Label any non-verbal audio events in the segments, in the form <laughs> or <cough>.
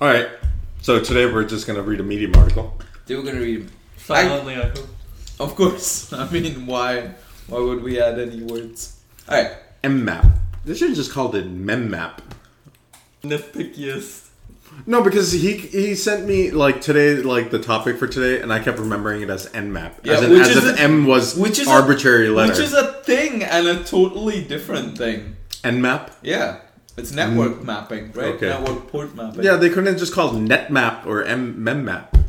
All right. So today we're just going to read a Medium article. They were gonna read. Silently, I, hope. Of course. <laughs> I mean, why? Why would we add any words? All right. mmap. They should have just called it mmap. nitpickiest. No, because he he sent me like today like the topic for today, and I kept remembering it as nmap. Yeah, as in, which as is if a- m was Which is arbitrary a, letter. Which is a thing and a totally different thing. nmap. Yeah. It's network mapping, right? Mm-hmm. Okay. Network port mapping. Yeah, they couldn't have just called netmap or m mmap.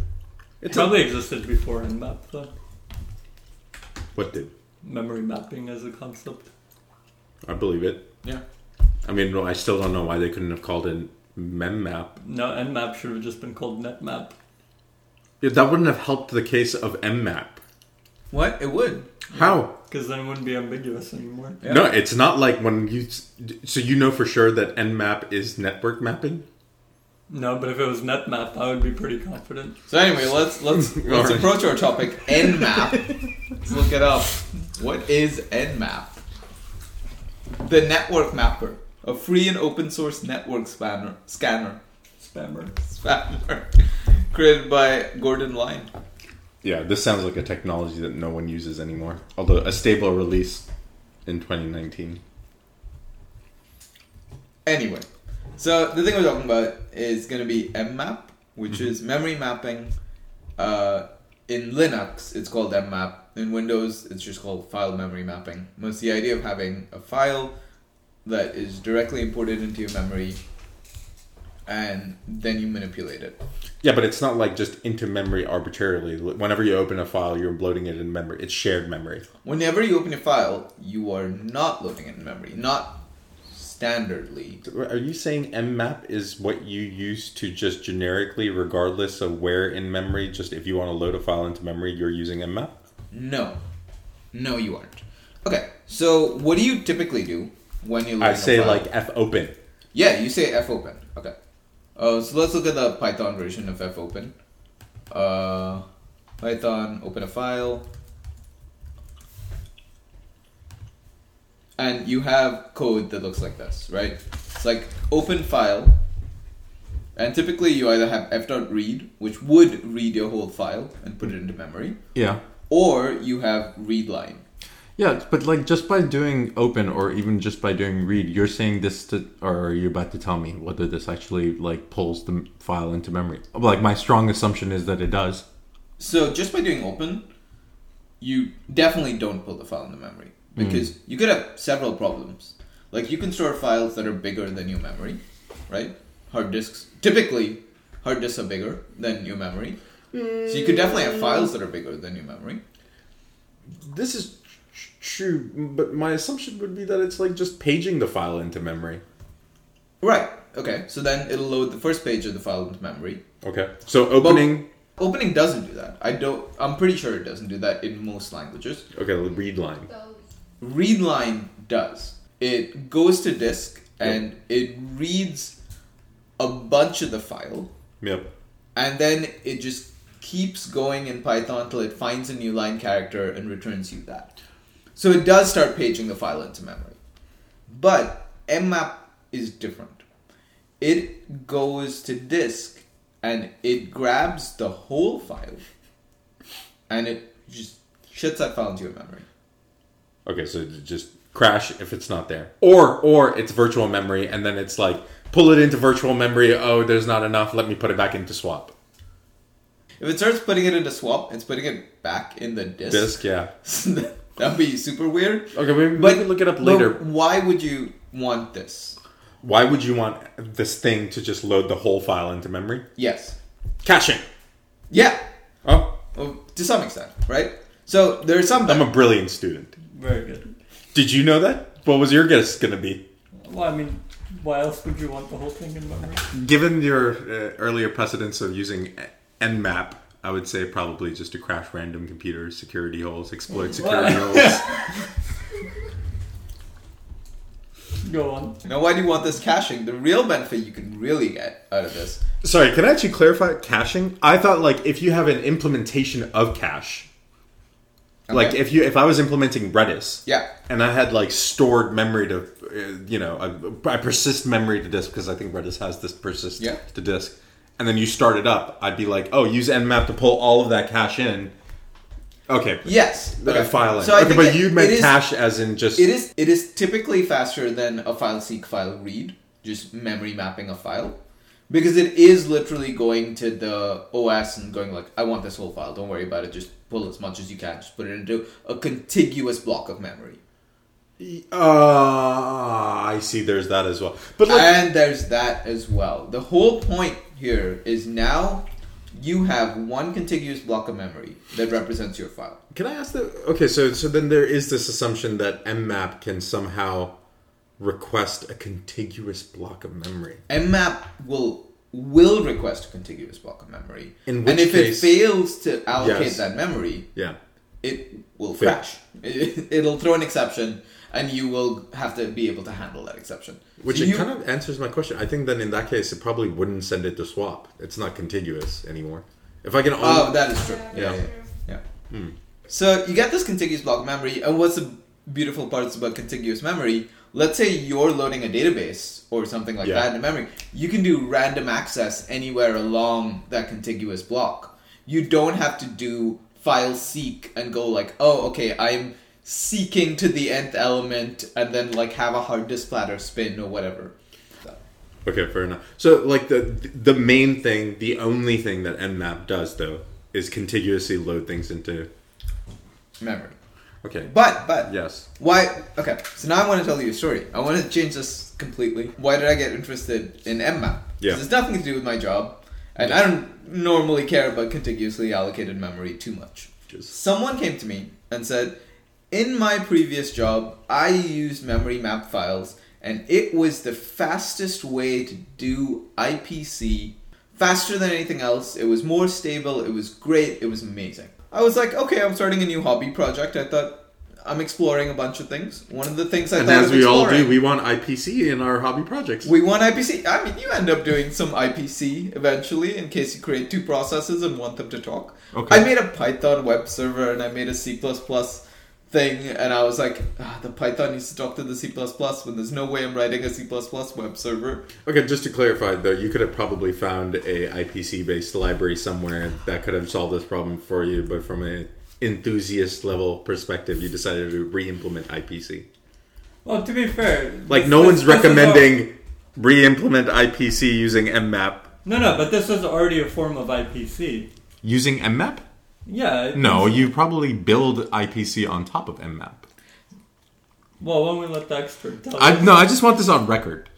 It probably existed before in map though. What did Memory mapping as a concept. I believe it? Yeah. I mean, well, I still don't know why they couldn't have called it mmap. No, nmap should have just been called netmap. Yeah, that wouldn't have helped the case of mmap. What? It would. How? Because then it wouldn't be ambiguous anymore. Yeah. No, it's not like when you. So you know for sure that nmap is network mapping. No, but if it was netmap, I would be pretty confident. So anyway, let's <laughs> let's let's Alright. approach our topic. <laughs> Nmap. let's look it up. What is Nmap? The network mapper, a free and open source network spanner scanner Spammer. spanner created by Gordon Line. Yeah, this sounds like a technology that no one uses anymore. Although a stable release in 2019. Anyway, so the thing we're talking about is going to be mmap, which is memory mapping. Uh, in Linux, it's called mmap. In Windows, it's just called file memory mapping. And It's the idea of having a file that is directly imported into your memory, and then you manipulate it. Yeah, but it's not like just into memory arbitrarily. Whenever you open a file, you're loading it in memory. It's shared memory. Whenever you open a file, you are not loading it in memory, not standardly. Are you saying mmap is what you use to just generically, regardless of where in memory, just if you want to load a file into memory, you're using mmap? No, no, you aren't. Okay, so what do you typically do when you? I loading a say file? like f open. Yeah, you say fopen. Okay. Uh, so let's look at the Python version of fopen. Uh, Python, open a file. And you have code that looks like this, right? It's like open file. And typically you either have f.read, which would read your whole file and put it into memory, Yeah. or you have read line. Yeah, but like just by doing open or even just by doing read, you're saying this to, or you're about to tell me whether this actually like pulls the m- file into memory. Like my strong assumption is that it does. So just by doing open, you definitely don't pull the file into memory because you could have several problems. Like you can store files that are bigger than your memory, right? Hard disks typically hard disks are bigger than your memory, so you could definitely have files that are bigger than your memory. This is tr- true, but my assumption would be that it's like just paging the file into memory. Right. Okay. So then it'll load the first page of the file into memory. Okay. So opening. Opening doesn't do that. I don't. I'm pretty sure it doesn't do that in most languages. okay, read line. read line does. It goes to disk and it reads a bunch of the file Yep. and then it just keeps going in Python till it finds a new line character and returns you that. So it does start paging the file into memory. But mmap is different. It goes to disk and it grabs the whole file and it just shits that file into your memory. Okay, so j- just crash if it's not there, or or it's virtual memory, and then it's like pull it into virtual memory. Oh, there's not enough. Let me put it back into swap If it starts putting it into swap, it's putting it back in the disk. disk. Yeah. <laughs> That'd be super weird. Okay, maybe we can look it up but later. why would you want this? Why would you want this thing to just load the whole file into memory? Yes. Caching. Yeah. Oh, Well, to some extent, right? So there are some. I'm a brilliant student. Very good. Did you know that? What was your guess going to be? Well, I mean, why else would you want the whole thing in memory? Given your uh, earlier precedence of using Nmap, I would say probably just to crash random computers, security holes, exploit security holes. Go on. now, why do you want this caching? The real benefit you can really get out of this. Sorry, can I actually clarify caching? I thought like if you have an implementation of cache, like Okay. if you if I was implementing Redis, Yeah. and I had like stored memory to, uh, you know, I, I persist memory to disk because I think Redis has this persist Yeah. to disk, and then you start it up, I'd be like, oh, use nmap to pull all of that cache in. Okay. Yes. Like a file in. So I okay, think but it- you meant it is- cache as in just. It is it is typically faster than a file seek file read, just memory mapping a file, because it is literally going to the OS and going like, I want this whole file. Don't worry about it. Just pull as much as you can. Just put it into a contiguous block of memory. Uh, I see. There's that as well. But like, And there's that as well. The whole point here is now you have one contiguous block of memory that represents your file. Can I ask the okay? So so then there is this assumption that mmap can somehow request a contiguous block of memory. mmap will will request a contiguous block of memory In and which if case- it fails to allocate Yes. that memory Yeah. it will Fail. crash it'll throw an exception and you will have to be able to handle that exception Which So it you- kind of answers my question. I think then in that case, it probably wouldn't send it to swap. It's not contiguous anymore. If I can only, oh that is true Yeah. yeah Um, Yeah. that's yeah, true. yeah. so you get this contiguous block of memory and what's the beautiful part about contiguous memory let's say you're loading a database or something like Yeah. that in memory you can do random access anywhere along that contiguous block you don't have to do file seek and go like oh okay i'm seeking to the nth element and then like have a hard disk platter spin or whatever okay, fair enough. So like the the main thing, the only thing that mmap does though is contiguously load things into. memory Okay. but but yes. Why? Okay, so now I want to tell you a story. I want to change this completely. Why did I get interested in mmap? Yeah. It's nothing to do with my job, and I don't normally care about contiguously allocated memory too much. Just- Someone came to me and said, "In my previous job, I used memory map files, and it was the fastest way to do IPC." Faster than anything else, it was more stable, it was great, it was amazing. I was like, okay, I'm starting a new hobby project. I thought I'm exploring a bunch of things. One of the things I And as thought of we all exploring- do, we want IPC in our hobby projects. we want IPC. I mean, you end up doing some IPC eventually in case you create two processes and want them to talk. Okay. I made a Python web server and I made a C++ thing, and I was like, ah, the Python needs to talk to the C++ when there's no way I'm writing a C++ web server. Okay, just to clarify though, you could have probably found a IPC based library somewhere that could have solved this problem for you, but from an enthusiast level perspective, you decided to re-implement IPC. Well, to be fair, Like this- no this- one's this is all- recommending re-implement IPC using mmap. No, no, but this is already a form of IPC. Using mmap? Yeah. it- No, you probably build IPC on top of mmap. Well, why don't we let the expert tell I us? no, I just want this on record.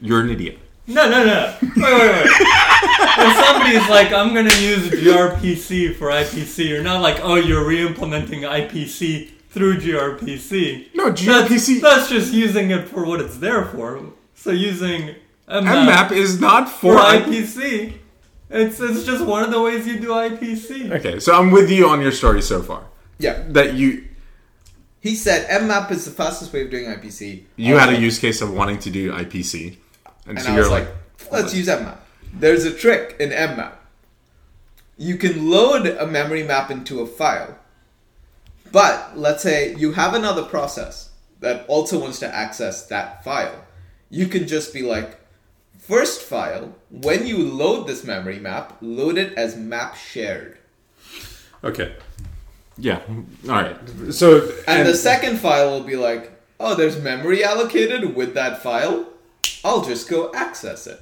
You're an idiot. No, no, no. Wait, wait, wait. if somebody's like, I'm going to use gRPC for IPC, you're not like, oh, you're re implementing IPC through gRPC. No, That's- gRPC That's, just using it for what it's there for. So using mmap mmap, is not for for IP. IPC, it's, it's just one of the ways you do IPC. Okay, so I'm with you on your story so far. Yeah. That you He said mmap is the fastest way of doing IPC. you I had was a like- use case of wanting to do IPC, and, And so I you're was like, like, let's use mmap. There's a trick in mmap. You can load a memory map into a file, but let's say you have another process that also wants to access that file. You can just be like, first file, when you load this memory map, load it as map shared. Okay. yeah, all right. So And, the second file will be like, oh, there's memory allocated with that file. I'll just go access it.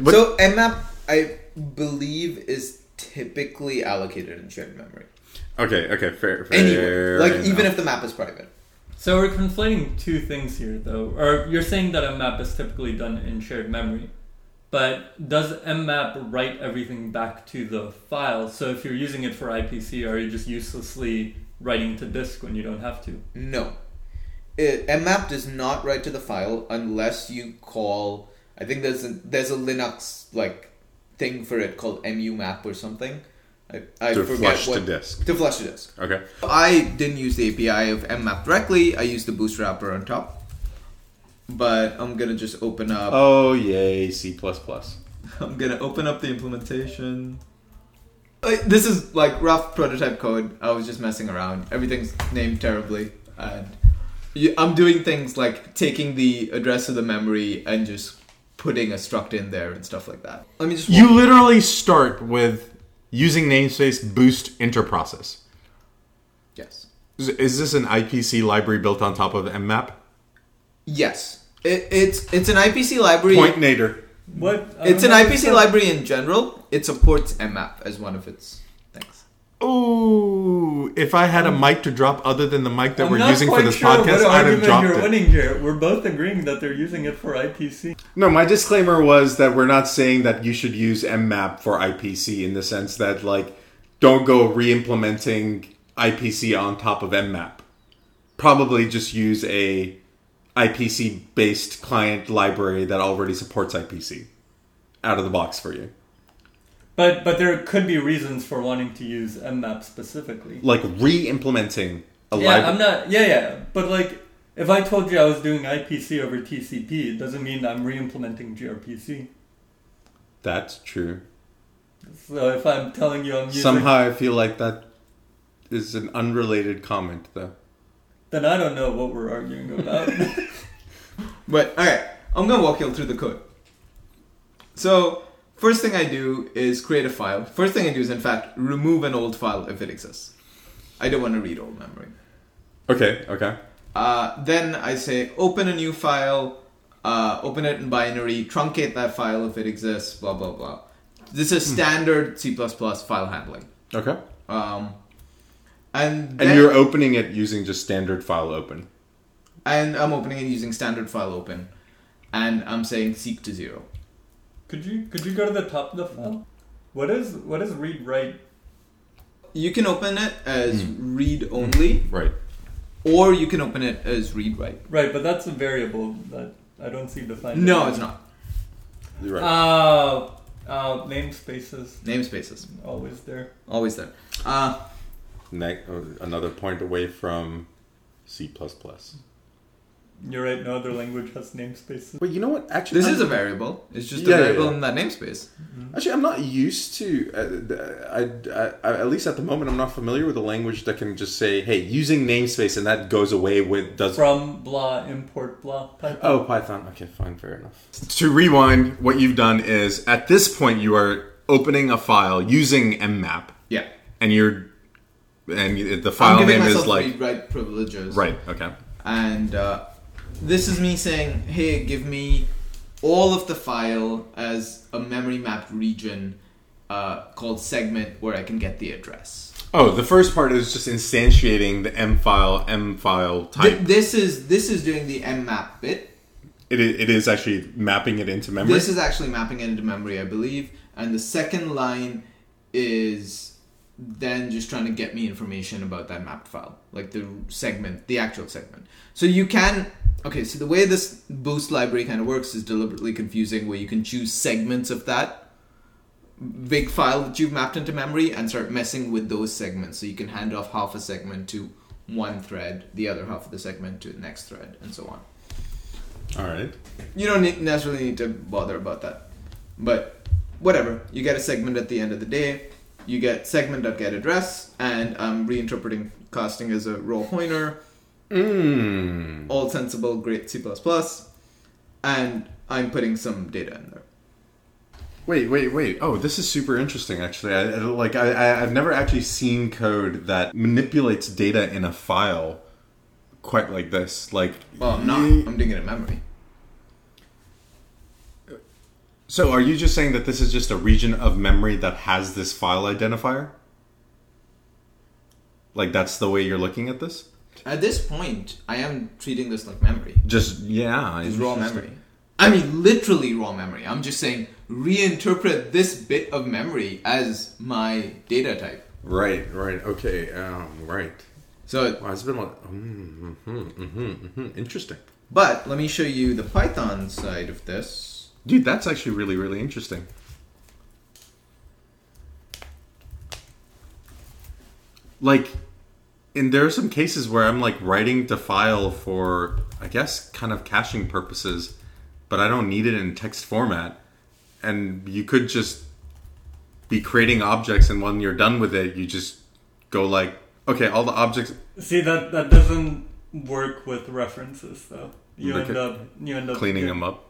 But- So mmap, I believe, is typically allocated in shared memory. Okay, okay, fair, fair. Anyway, like enough. even if the map is private. So we're conflating two things here, though. Or you're saying that mmap is typically done in shared memory, but does mmap write everything back to the file? So if you're using it for IPC, are you just uselessly writing to disk when you don't have to? No. It, mmap does not write to the file unless you call. I think there's a, there's a Linux like thing for it called mumap or something. I, I To forget flush to what, disk. To flush to disk. okay. I didn't use the API of mmap directly. I used the bootstrapper on top. But I'm gonna just open up. Oh yay, C plus plus. I'm gonna open up the implementation. Uh, This is like rough prototype code. I was just messing around. Everything's named terribly, and you- I'm doing things like taking the address of the memory and just putting a struct in there and stuff like that. Let me just You literally start with using namespace boost interprocess. yes, Is, is this an IPC library built on top of mmap? yes. It, it's it's an IPC library. Point Nader. What? I It's an don't know what IPC that- library in general. It supports mmap as one of its things. Ooh, if I had a mic to drop other than the mic that I'm we're not using for quite this sure podcast, what I'd have argument dropped you're it. winning here. We're both agreeing that they're using it for IPC. No, my disclaimer was that we're not saying that you should use mmap for IPC in the sense that like don't go re-implementing IPC on top of mmap. Probably just use a IPC based client library that already supports IPC out of the box for you. But but there could be reasons for wanting to use mmap specifically. Like re-implementing a yeah, library. I'm not. Yeah, yeah. But like, if I told you I was doing IPC over TCP, it doesn't mean I'm re-implementing gRPC. That's true. So if I'm telling you I'm using, Somehow I feel like that is an unrelated comment though. then I don't know what we're arguing <laughs> about. <laughs> But all right, I'm gonna walk you through the code. So first thing I do is create a file. First thing I do is in fact remove an old file if it exists. I don't want to read old memory. Okay, okay. Uh, then I say open a new file, uh, open it in binary, truncate that file if it exists, blah blah blah. This is standard C++ file handling. Okay. Um, and And then- you're opening it using just standard file open. and I'm opening it using standard file open, and I'm saying seek to zero. could you could you go to the top of the file? What is what is read write? You can open it as Hmm. read only, Right. or you can open it as read write. Right, but that's a variable that I don't see defined. No, it's not. You're right. Uh, uh, namespaces Namespaces always there. always there. Uh, Ne- uh, another point away from C++. You're right. No other language has namespaces. but you know what? Actually, this I'm, is a variable. It's just Yeah, a yeah, variable yeah. in that namespace. actually I'm not used to. Uh, the- I, I, I, at least at the moment, I'm not familiar with a language that can just say, "Hey, using namespace," and that goes away with does. From blah import blah. Python. Oh, Python. Okay, fine, fair enough. To rewind, what you've done is at this point you are opening a file using mmap, Yeah, and you're and the I'm file giving name is myself like read write privileges. right. Okay. and uh, this is me saying, "Hey, give me all of the file as a memory mapped region uh, called segment where I can get the address." Oh, the first part is just instantiating the m file m file Th- type. this is this is doing the mmap bit. it, i- it is actually mapping it into memory. This is actually mapping it into memory, I believe. And the second line is then just trying to get me information about that mapped file, like the segment, the actual segment. So you can. Okay, so the way this boost library kind of works is deliberately confusing, where you can choose segments of that big file that you've mapped into memory and start messing with those segments. So you can hand off half a segment to one thread, the other half of the segment to the next thread, and so on All right. you don't need, necessarily need to bother about that. But whatever, you get a segment at the end of the day. You get segment.get address, and I'm reinterpreting casting as a raw pointer. Mm. All sensible, great C++. And I'm putting some data in there. Wait, wait, wait. Oh, this is super interesting. Actually, I, I like I, I I've never actually seen code that manipulates data in a file quite like this. Like, Well, I'm not. I'm doing it in memory. so are you just saying that this is just a region of memory that has this file identifier? Like that's the way you're looking at this? At this point, I am treating this like memory. Just yeah, It's raw interesting. memory. I mean, literally raw memory. I'm just saying, reinterpret this bit of memory as my data type. Right, right, okay, um, right. So Wow, it's been like, mm, hmm hmm hmm interesting. But let me show you the Python side of this. Dude, that's actually really really interesting. Like and there are some cases where I'm like writing to file for I guess kind of caching purposes, but I don't need it in text format. And you could just be creating objects and when you're done with it, you just go like, okay, all the objects See that that doesn't work with references though. You Make end it- up you end up cleaning them up.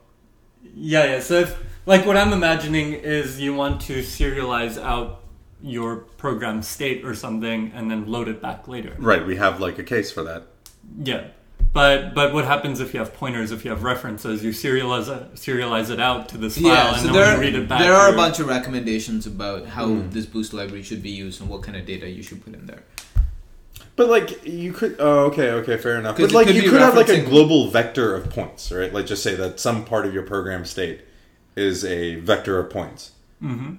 Yeah, yeah. So, if, like, what I'm imagining is you want to serialize out your program state or something, and then load it back later. Right, we have like a case for that. Yeah, but but what happens if you have pointers? If you have references, you serialize it, serialize it out to this file, Yeah, and so then there, when you read it back. there are a you're- bunch of recommendations about how this boost library should be used and what kind of data you should put in there. But like you could, oh, okay, okay, fair enough. 'Cause But it like could be you could have like a referencing- global vector of points, right? Like just say that some part of your program state is a vector of points, mm-hmm.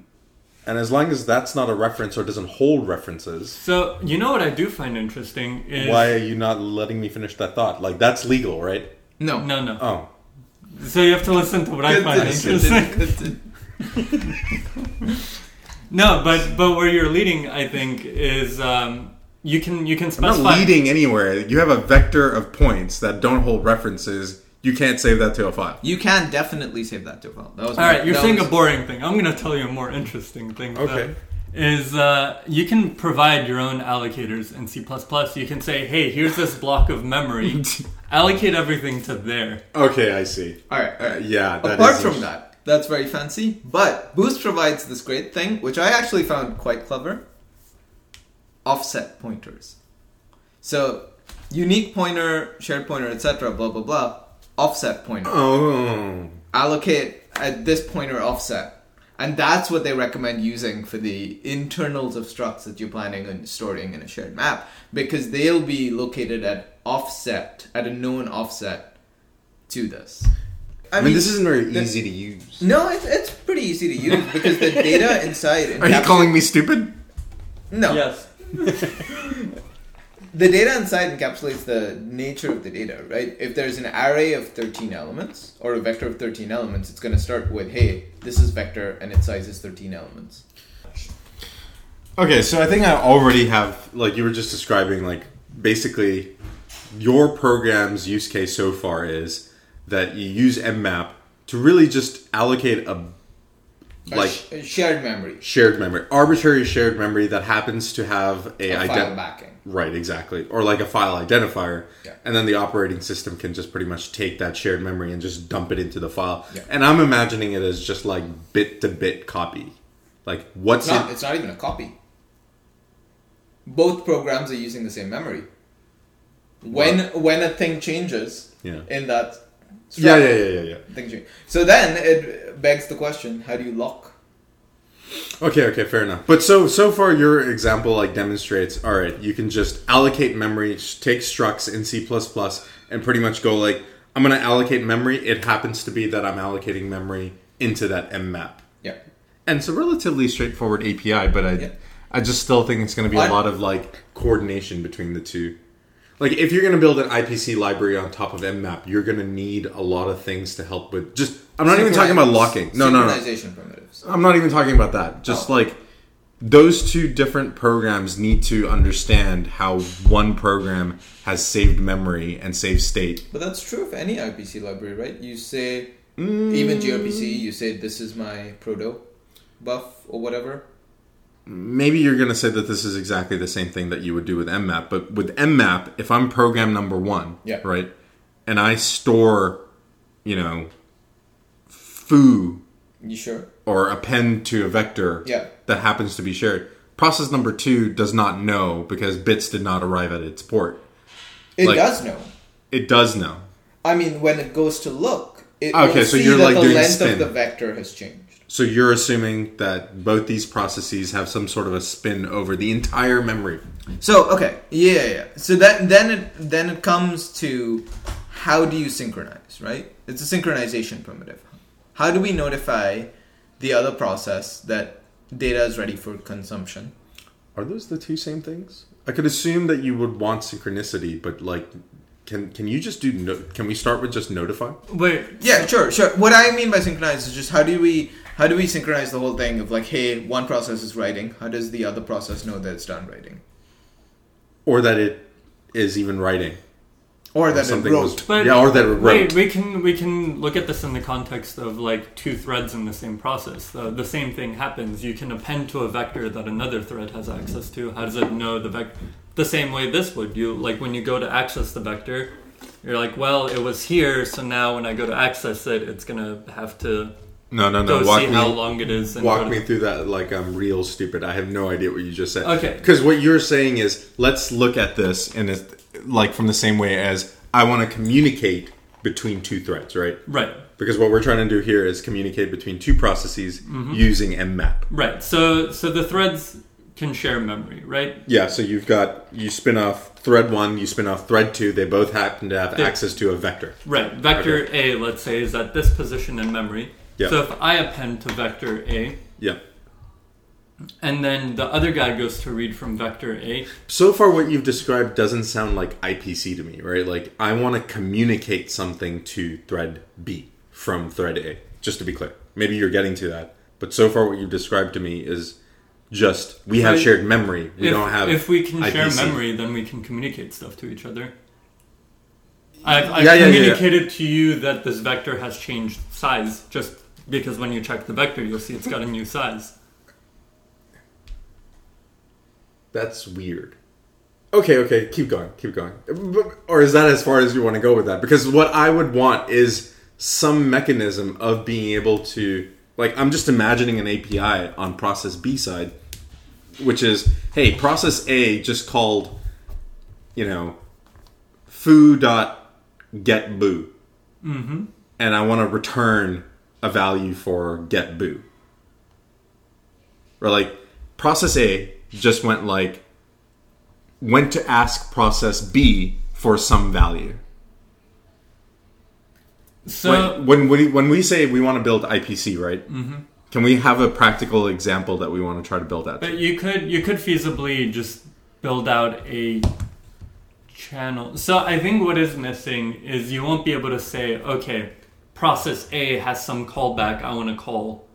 and as long as that's not a reference or doesn't hold references, So you know what I do find interesting is why are you not letting me finish that thought? Like that's legal, right? <laughs> No. no no. Oh, So you have to listen to what I find interesting. No, but but where you're leading, I think, is um, you can you can I'm specify. not leading anywhere. You have a vector of points that don't hold references. You can't save that to a file. <laughs> You can definitely save that to a file. That was All right, you're that saying was- a boring thing. I'm going to tell you a more interesting thing. though, Okay. is uh, you can provide your own allocators in C++. You can say, hey, here's this block of memory. Allocate everything to there. okay, I see. All right, all right. Uh, Yeah, that Apart is from int- that, that's very fancy. But Boost provides this great thing, which I actually found quite clever offset pointers. So, unique pointer, shared pointer, etc., blah, blah, blah, offset pointer. Oh, allocate at this pointer offset. And that's what they recommend using for the internals of structs that you're planning on storing in a shared map because they'll be located at offset, at a known offset to this. I mean, this isn't very easy to use. No, it's, it's pretty easy to use because <laughs> the data inside. Are you calling me stupid? No, Yes. the data inside encapsulates the nature of the data, right? If there's an array of 13 elements or a vector of 13 elements, it's going to start with, hey, this is vector and its size is 13 elements. Okay, so I think I already have like you were just describing like basically your program's use case so far is that you use mmap to really just allocate a A like sh- a shared memory. shared memory, arbitrary shared memory that happens to have a, A ident- file backing. Right, exactly. Or like a file identifier. Yeah. And then the operating system can just pretty much take that shared memory and just dump it into the file. Yeah. And I'm imagining it as just like bit to bit copy. Like what's It's not, in- it's not even a copy. Both programs are using the same memory. When when a thing changes Yeah. in that Yeah, yeah, yeah, yeah, yeah. thing change. So then it begs the question, how do you lock? Okay, okay, fair enough. But so so far your example like demonstrates all right, you can just allocate memory, sh- take structs in C++ and pretty much go like I'm going to allocate memory, it happens to be that I'm allocating memory into that mmap. Yeah. And it's a relatively straightforward API, but I Yeah. I just still think it's going to be I- a lot of like coordination between the two. Like if you're going to build an IPC library on top of mmap, you're going to need a lot of things to help with just I'm not even talking about locking. No, no, no. Synchronization primitives. I'm not even talking about that. Just Oh. like those two different programs need to understand how one program has saved memory and saved state. But that's true of any IPC library, right? You say Mm. even gRPC, you say this is my proto buff or whatever. Maybe you're going to say that this is exactly the same thing that you would do with mmap, but with mmap, if I'm program number 1, Yeah. right? And I store, you know, foo You sure? or append to a vector Yeah. that happens to be shared. Process number 2 does not know because bits did not arrive at its port. It Like- does know. It does know. I mean, when it goes to look, it Okay, will so see you're, that like, the doing length of spin. the vector has changed. So you're assuming that both these processes have some sort of a spin over the entire memory. So okay, yeah, yeah, yeah. So that then it then it comes to how do you synchronize, right? It's a synchronization primitive. How do we notify the other process that data is ready for consumption? Are those the two same things? I could assume that you would want synchronicity, but like, can can you just do? No, can we start with just notify? Wait, Yeah, sure, sure. What I mean by synchronize is just how do we how do we synchronize the whole thing of like, hey, one process is writing. How does the other process know that it's done writing, Or that it is even writing? or Or that it wrote? But- yeah, or that it wrote. wait. We can we can look at this in the context of like two threads in the same process. The, the same thing happens. You can append to a vector that another thread has access to. How does it know the vector? The same way this would. You like when you go to access the vector, You're like, well, it was here, so now when I go to access it, it's gonna have to No, no, go no. Walk see how me. long it is. And go Walk to- me through that like I'm real stupid. I have no idea what you just said. Okay. Because what you're saying Is let's look at this and it's like from the same way as I want to communicate between two threads, right? Right, Because what we're trying to do here is communicate between two processes using mmap. right. So, so the threads can share memory, right? Yeah, so you've got you spin off thread one, you spin off thread two. They both happen to have Yeah. access to a vector. Right. Vector A, let's say, is at this position in memory. Yeah. So if I append to vector A, Yeah. and then the other guy goes to read from vector A, So far, what you've described doesn't sound like IPC to me, right? Like I want to communicate something to thread B from thread A. Just to be clear, maybe you're getting to that, but so far, what you've described to me is just we have Right. shared memory. We if, don't have if we can share IPC. memory, then we can communicate stuff to each other. I've, I've Yeah, yeah, yeah, yeah. communicated to you that this vector has changed size, just because when you check the vector, you'll see it's got a new size. That's weird. Okay, okay, keep going, keep going. But- Or is that as far as you want to go with that? Because what I would want is some mechanism of being able to, like, I'm just imagining an API on process B side, which is, hey, process A just called, you know, foo dot get boo, mm-hmm. and I want to return a value for get boo or like process A just went like went to ask process B for some value. So when when we, when we say we want to build IPC, right? Mm-hmm. Can we have a practical example that we want to try to build that? But you could you could feasibly just build out a channel. So I think what is missing is you won't be able to say, okay, process A has some callback I want to call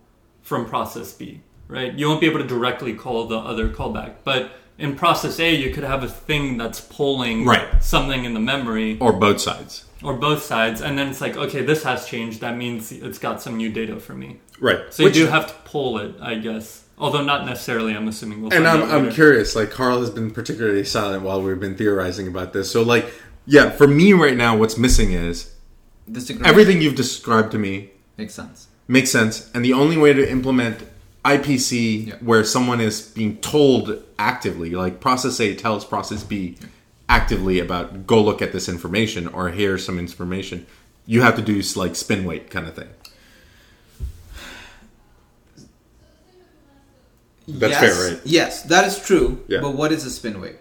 from process B, right? You won't be able to directly call the other callback, but in process A, you could have a thing that's pulling Right. something in the memory Or both sides, or both sides, and then it's like, okay, this has changed. That means it's got some new data for me. right? So you do have to pull it, I guess. Although not necessarily, I'm assuming. We'll and find I'm out I'm later. curious. Like Carl has been particularly silent while we've been theorizing about this. So like, yeah, for me right now, what's missing is This everything you've described to me makes sense. makes sense. And the only way to implement IPC Yeah. where someone is being told actively, like process A tells process B actively about go look at this information or here's some information, you have to do s- like spin weight kind of thing. That's yes, fair, right? Yes, that is true. Yeah. But what is a spin weight?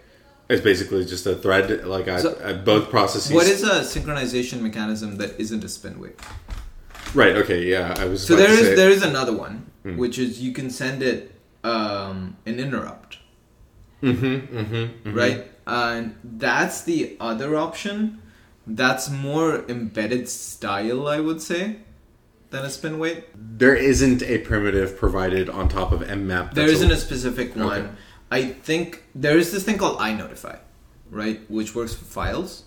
It's basically just a thread, like I, So- I- both processes. What is a synchronization mechanism that isn't a spin weight? right? Okay, yeah, I was. So about there to is say- Hmm. there is another one, which is you can send it um, an interrupt, Mhm, mhm, mhm. right? And that's the other option. That's more embedded style, I would say, than a spin weight. There isn't a primitive provided on top of mmap. There that's isn't a specific one. Okay. I think there is this thing called iNotify, right, which works for files.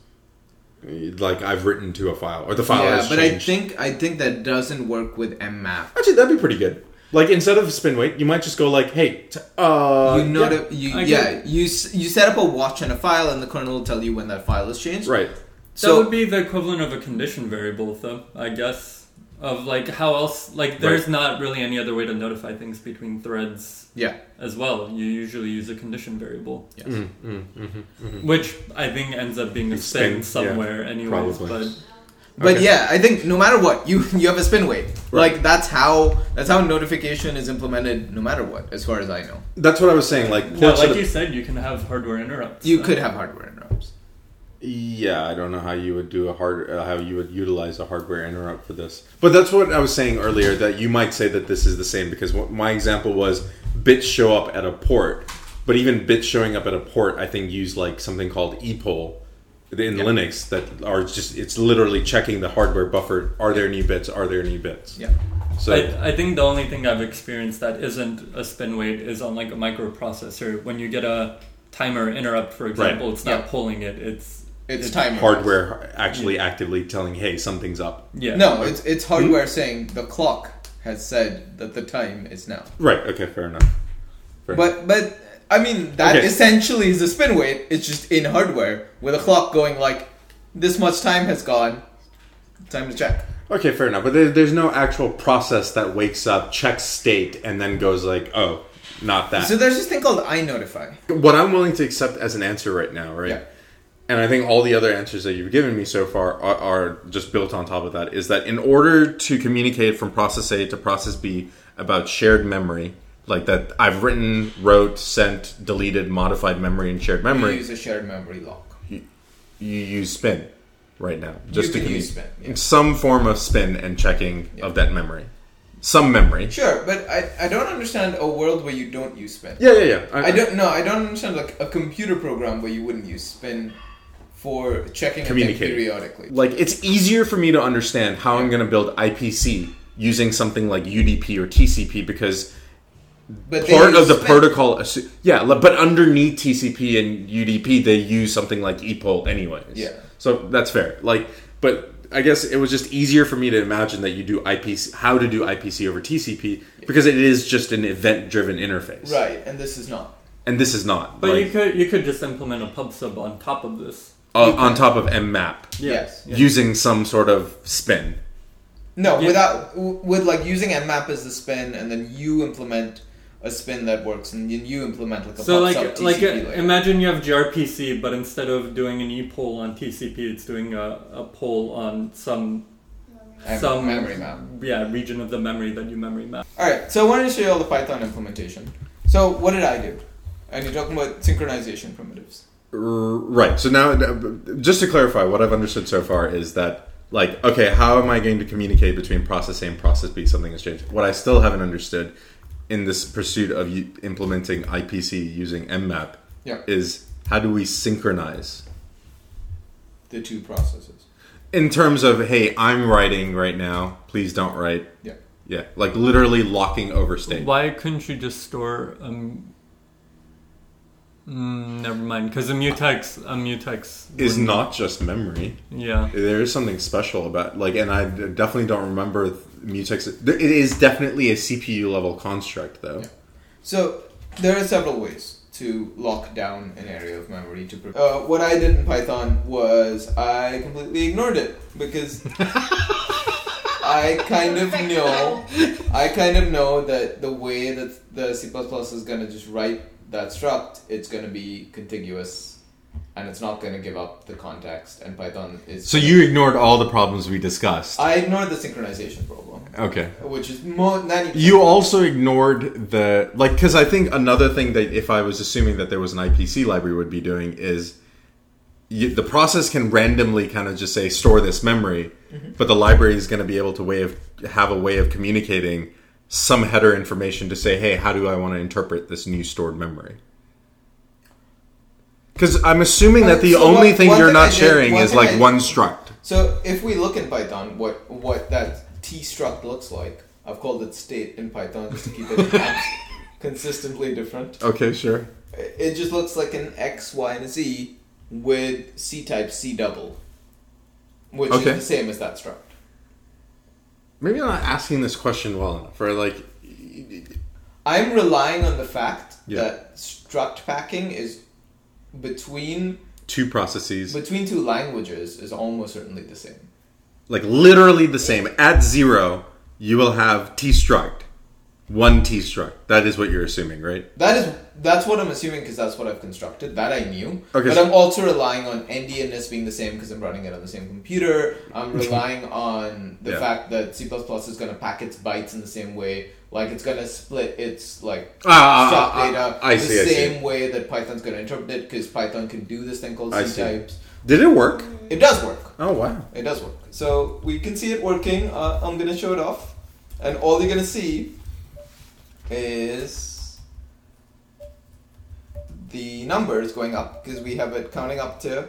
like I've written to a file or the file. yeah, has but I changed. think I think that doesn't work with mmap. Actually, that'd be pretty good. Like instead of spin weight, you might just go like, "Hey, t- uh, you know, yeah. that- you I yeah, you s- you set up a watch and a file, and the kernel will tell you when that file is changed. right." that So would be the equivalent of a condition variable, though, I guess. Of like how else? Like there's not really any other way to notify things between threads yeah, as well. You usually use a condition variable, yes. Mm, which I think ends up being a spin Mm-hmm. Spin, somewhere, anyways. probably. But but Okay. yeah, I think no matter what, you <laughs> you have a spin weight. Like that's how that's how notification is implemented. No matter what, as far as I know, That's what I was saying. Like, yeah, ports like of- you said, you can have hardware interrupts. you Uh, could have hardware interrupts. yeah, I don't know how you would do a hard, uh, how you would utilize a hardware interrupt for this. But that's what I was saying earlier. That you might say that this is the same because what, my example was bits show up at a port, but even bits showing up at a port, I think use like something called EPOL in Yeah. Linux that are just it's literally checking the hardware buffer. Are there new bits? Are there new bits? Yeah, So I, I think the only thing I've experienced that isn't a spin weight is on like a microprocessor. When you get a timer interrupt, for example, it's not Yeah. pulling it. It's it's time hardware actually actively telling, "Hey, something's up." yeah. No, it's it's hardware hmm? saying the clock has said that the time is now. Right. Okay. Fair enough. Fair enough. But but I mean that Okay. essentially is a spin weight. It's just in hardware with a clock going like this much time has gone. Time to check. Okay, fair enough. But there, there's no actual process that wakes up, checks state, and then goes like, oh, not that. So there's this thing called iNotify. what I'm willing to accept as an answer right now, right? Yeah. And I think all the other answers that you've given me so far are, are just built on top of that. Is that in order to communicate from process A to process B about shared memory, like that I've written, wrote, sent, deleted, modified memory, and shared You memory, use a shared memory lock. you use spin right now just You to can commu- use spin, yeah. some form of spin and checking of that memory some memory Sure, but I, I don't understand a world where you don't use spin. yeah yeah yeah I, I don't no, I don't understand like a computer program where you wouldn't use spin for checking a thing Communicating. periodically. like it's easier for me to understand how i'm going to build ipc using something like udp or tcp because But they part use of the spin. protocol assu- yeah li- but underneath tcp and udp they use something like epol anyways Yeah. so that's fair like but i guess it was just easier for me to imagine that you do ipc how to do ipc over tcp because it is just an event driven interface Right, and this is not. and this is not But like, you could you could just implement a pub sub on top of this. uh, on top of mmap Yes. using some sort of spin No, Yeah. without w- with like using nmap as the spin, and then you implement a spin that works, and then you implement like a So pub like sub TCP like uh, layer. imagine you have gRPC, but instead of doing an e poll on TCP, it's doing a, a poll on some Mem- some memory map. Yeah, region of the memory that you memory map. All right, so I wanted to show you all the Python implementation. So what did I do? And you're talking about synchronization primitives. R- right so now uh, just to clarify what i've understood so far is that like okay how am i going to communicate between process a and process b something has changed what i still haven't understood in this pursuit of u- implementing ipc using mmap Yeah. is how do we synchronize The two processes. in terms of hey i'm writing right now please don't write Yeah. yeah like literally locking over state Why couldn't you just store um? Mm, never mind, because a mutex a mutex is wouldn't- not just memory yeah. There is something special about like, and I definitely don't remember mutex. There- It is definitely a CPU level construct, though. Yeah. So there are several ways to lock down an area of memory. To pre- uh, what I did in Python was I completely ignored it because I kind of know I kind of know that the way that the C is going to just write that struct, it's going to be contiguous, and it's not going to give up the context. And Python is So you ignored all the problems we discussed. I ignored the synchronization problem, Okay. which is more ninety. You also ignored the like, because I think another thing that if I was assuming that there was an IPC library would be doing is you, the process can randomly kind of just say store this memory, Mm-hmm. but the library is going to be able to way of have a way of communicating some header information to say, hey, how do I want to interpret this new stored memory? Because I'm assuming that the Uh, So only one- thing one you're thing I not did- sharing one is thing like I- one struct. So if we look in Python, what what that T struct looks like, I've called it state in Python just to keep <laughs> it abs- consistently different. Okay, sure. It just looks like an X, Y, and a Z with C type C double, which Okay. is the same as that struct. Maybe I'm not asking this question well enough, or like I'm relying on the fact Yeah. that struct packing is between two processes. between two languages is almost certainly the same. like literally the same. At zero, you will have T struct, one T struct. That is what you're assuming, right? That is that's what I'm assuming because that's what I've constructed. That I knew. Okay, but so- I'm also relying on ND and this being the same because I'm running it on the same computer. <laughs> I'm relying on the Yeah. fact that C is going to pack its bytes in the same way, like it's going to split its like Ah, struct ah, ah, data I the see, I see. same way that Python's going to interpret it because Python can do this thing called I C see. types. Did it work? It does work. Oh wow! It does work. So we can see it working. Uh, I'm gonna show it off, and all you're gonna see is the numbers going up because we have it counting up to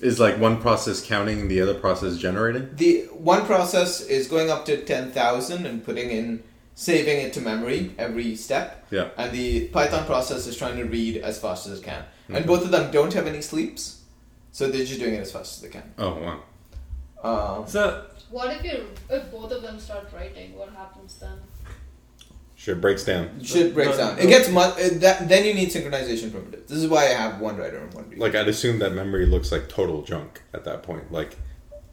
Is like one process counting and the other process generating? the one process is going up to ten thousand and putting in saving it to memory every step. Yeah. And the Python process is trying to read as fast as it can, and both of them don't have any sleeps, so they're just doing it as fast as they can. Oh wow! Um, So What if you if both of them start writing? What happens then? Sure, breaks down. Shit breaks down. It gets much. That, then you need synchronization primitives. This is why I have one writer and one reader. Like I'd assume that memory looks like total junk at that point. Like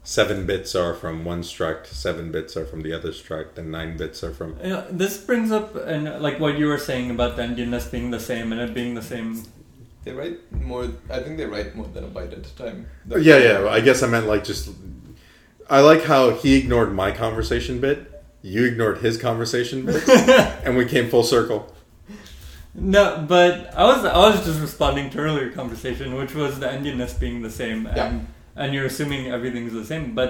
seven bits are from one struct, seven bits are from the other struct, and nine bits are from. You know, this brings up and like what you were saying about the Indianness being the same and it being the same. they write more. I think they write more than a byte at a time. Uh, Yeah, yeah. I guess I meant like just. I like how he ignored my conversation bit, you ignored his conversation <laughs> bit, and we came full circle. No, but I was I was just responding to earlier conversation, which was the Indianness being the same, and Yeah. and you're assuming everything's the same, but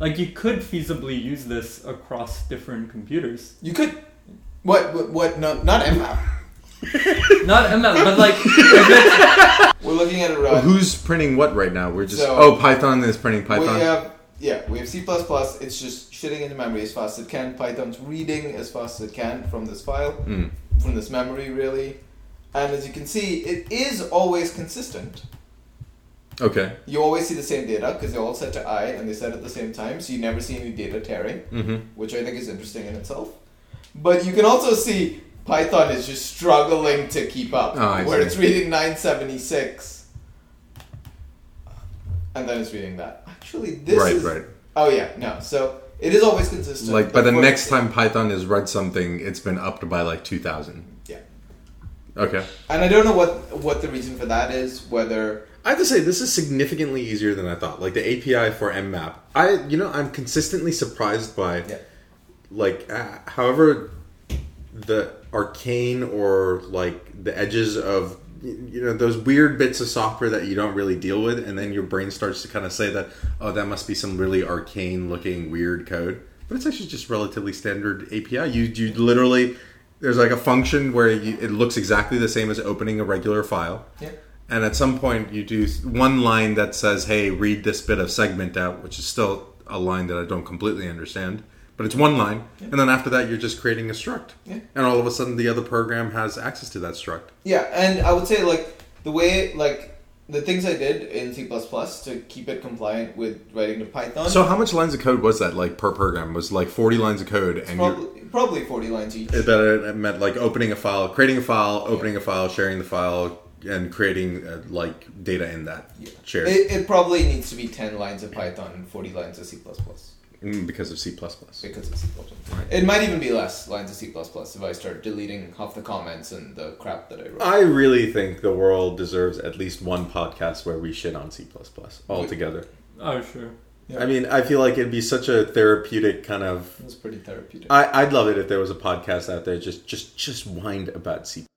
like you could feasibly use this across different computers, You could. What? What? what no, not MMAP. not ML, but <laughs> like if it's- We're looking at it right. Who's printing what right now? We're just So- oh Python is printing Python. We have yeah, we have C plus plus. It's just shitting into memory as fast as it can. Python's reading as fast as it can from this file, Mm. from this memory, really. And as you can see, it is always consistent. Okay. You always see the same data because they're all set to I and they're set at the same time, so you never see any data tearing, Mm-hmm. which I think is interesting in itself. But you can also see Python is just struggling to keep up, Oh, I where see. it's reading 976 and then it's reading that. Actually, this right, is right. Oh yeah, no. So it is always consistent. Like by the But- next time Python has read something, it's been upped by like two thousand. Yeah. Okay. And I don't know what what the reason for that is. Whether I have to say this is significantly easier than I thought. Like the API for mmap, I you know I'm consistently surprised by yeah, like uh, however the arcane or like the edges of y- you know those weird bits of software that you don't really deal with and then your brain starts to kind of say that oh that must be some really arcane looking weird code but it's actually just relatively standard api you you literally there's like a function where you, it looks exactly the same as opening a regular file yeah, And at some point, you do one line that says, "Hey, read this bit of segment out," which is still a line that I don't completely understand, but it's one line. And then after that, you're just creating a struct, Yeah. and all of a sudden, the other program has access to that struct. yeah. And I would say like the way like the things I did in C to keep it compliant with writing to Python. So, how much lines of code was that? Like per program was like 40 lines of code, and you probably probably forty lines each. that it meant like opening a file, creating a file, opening a file, sharing the file, and creating uh, like data in that Yeah. share It, it probably needs to be ten lines of Python and forty lines of C Mm, because of C++. because of C It might even be less lines of C if I start deleting half the comments and the crap that I wrote. i really think the world deserves at least one podcast where we shit on c++ altogether oh sure, i mean i feel like it'd be such a therapeutic kind of It was pretty therapeutic. I, I'd love it if there was a podcast out there just just just whined about C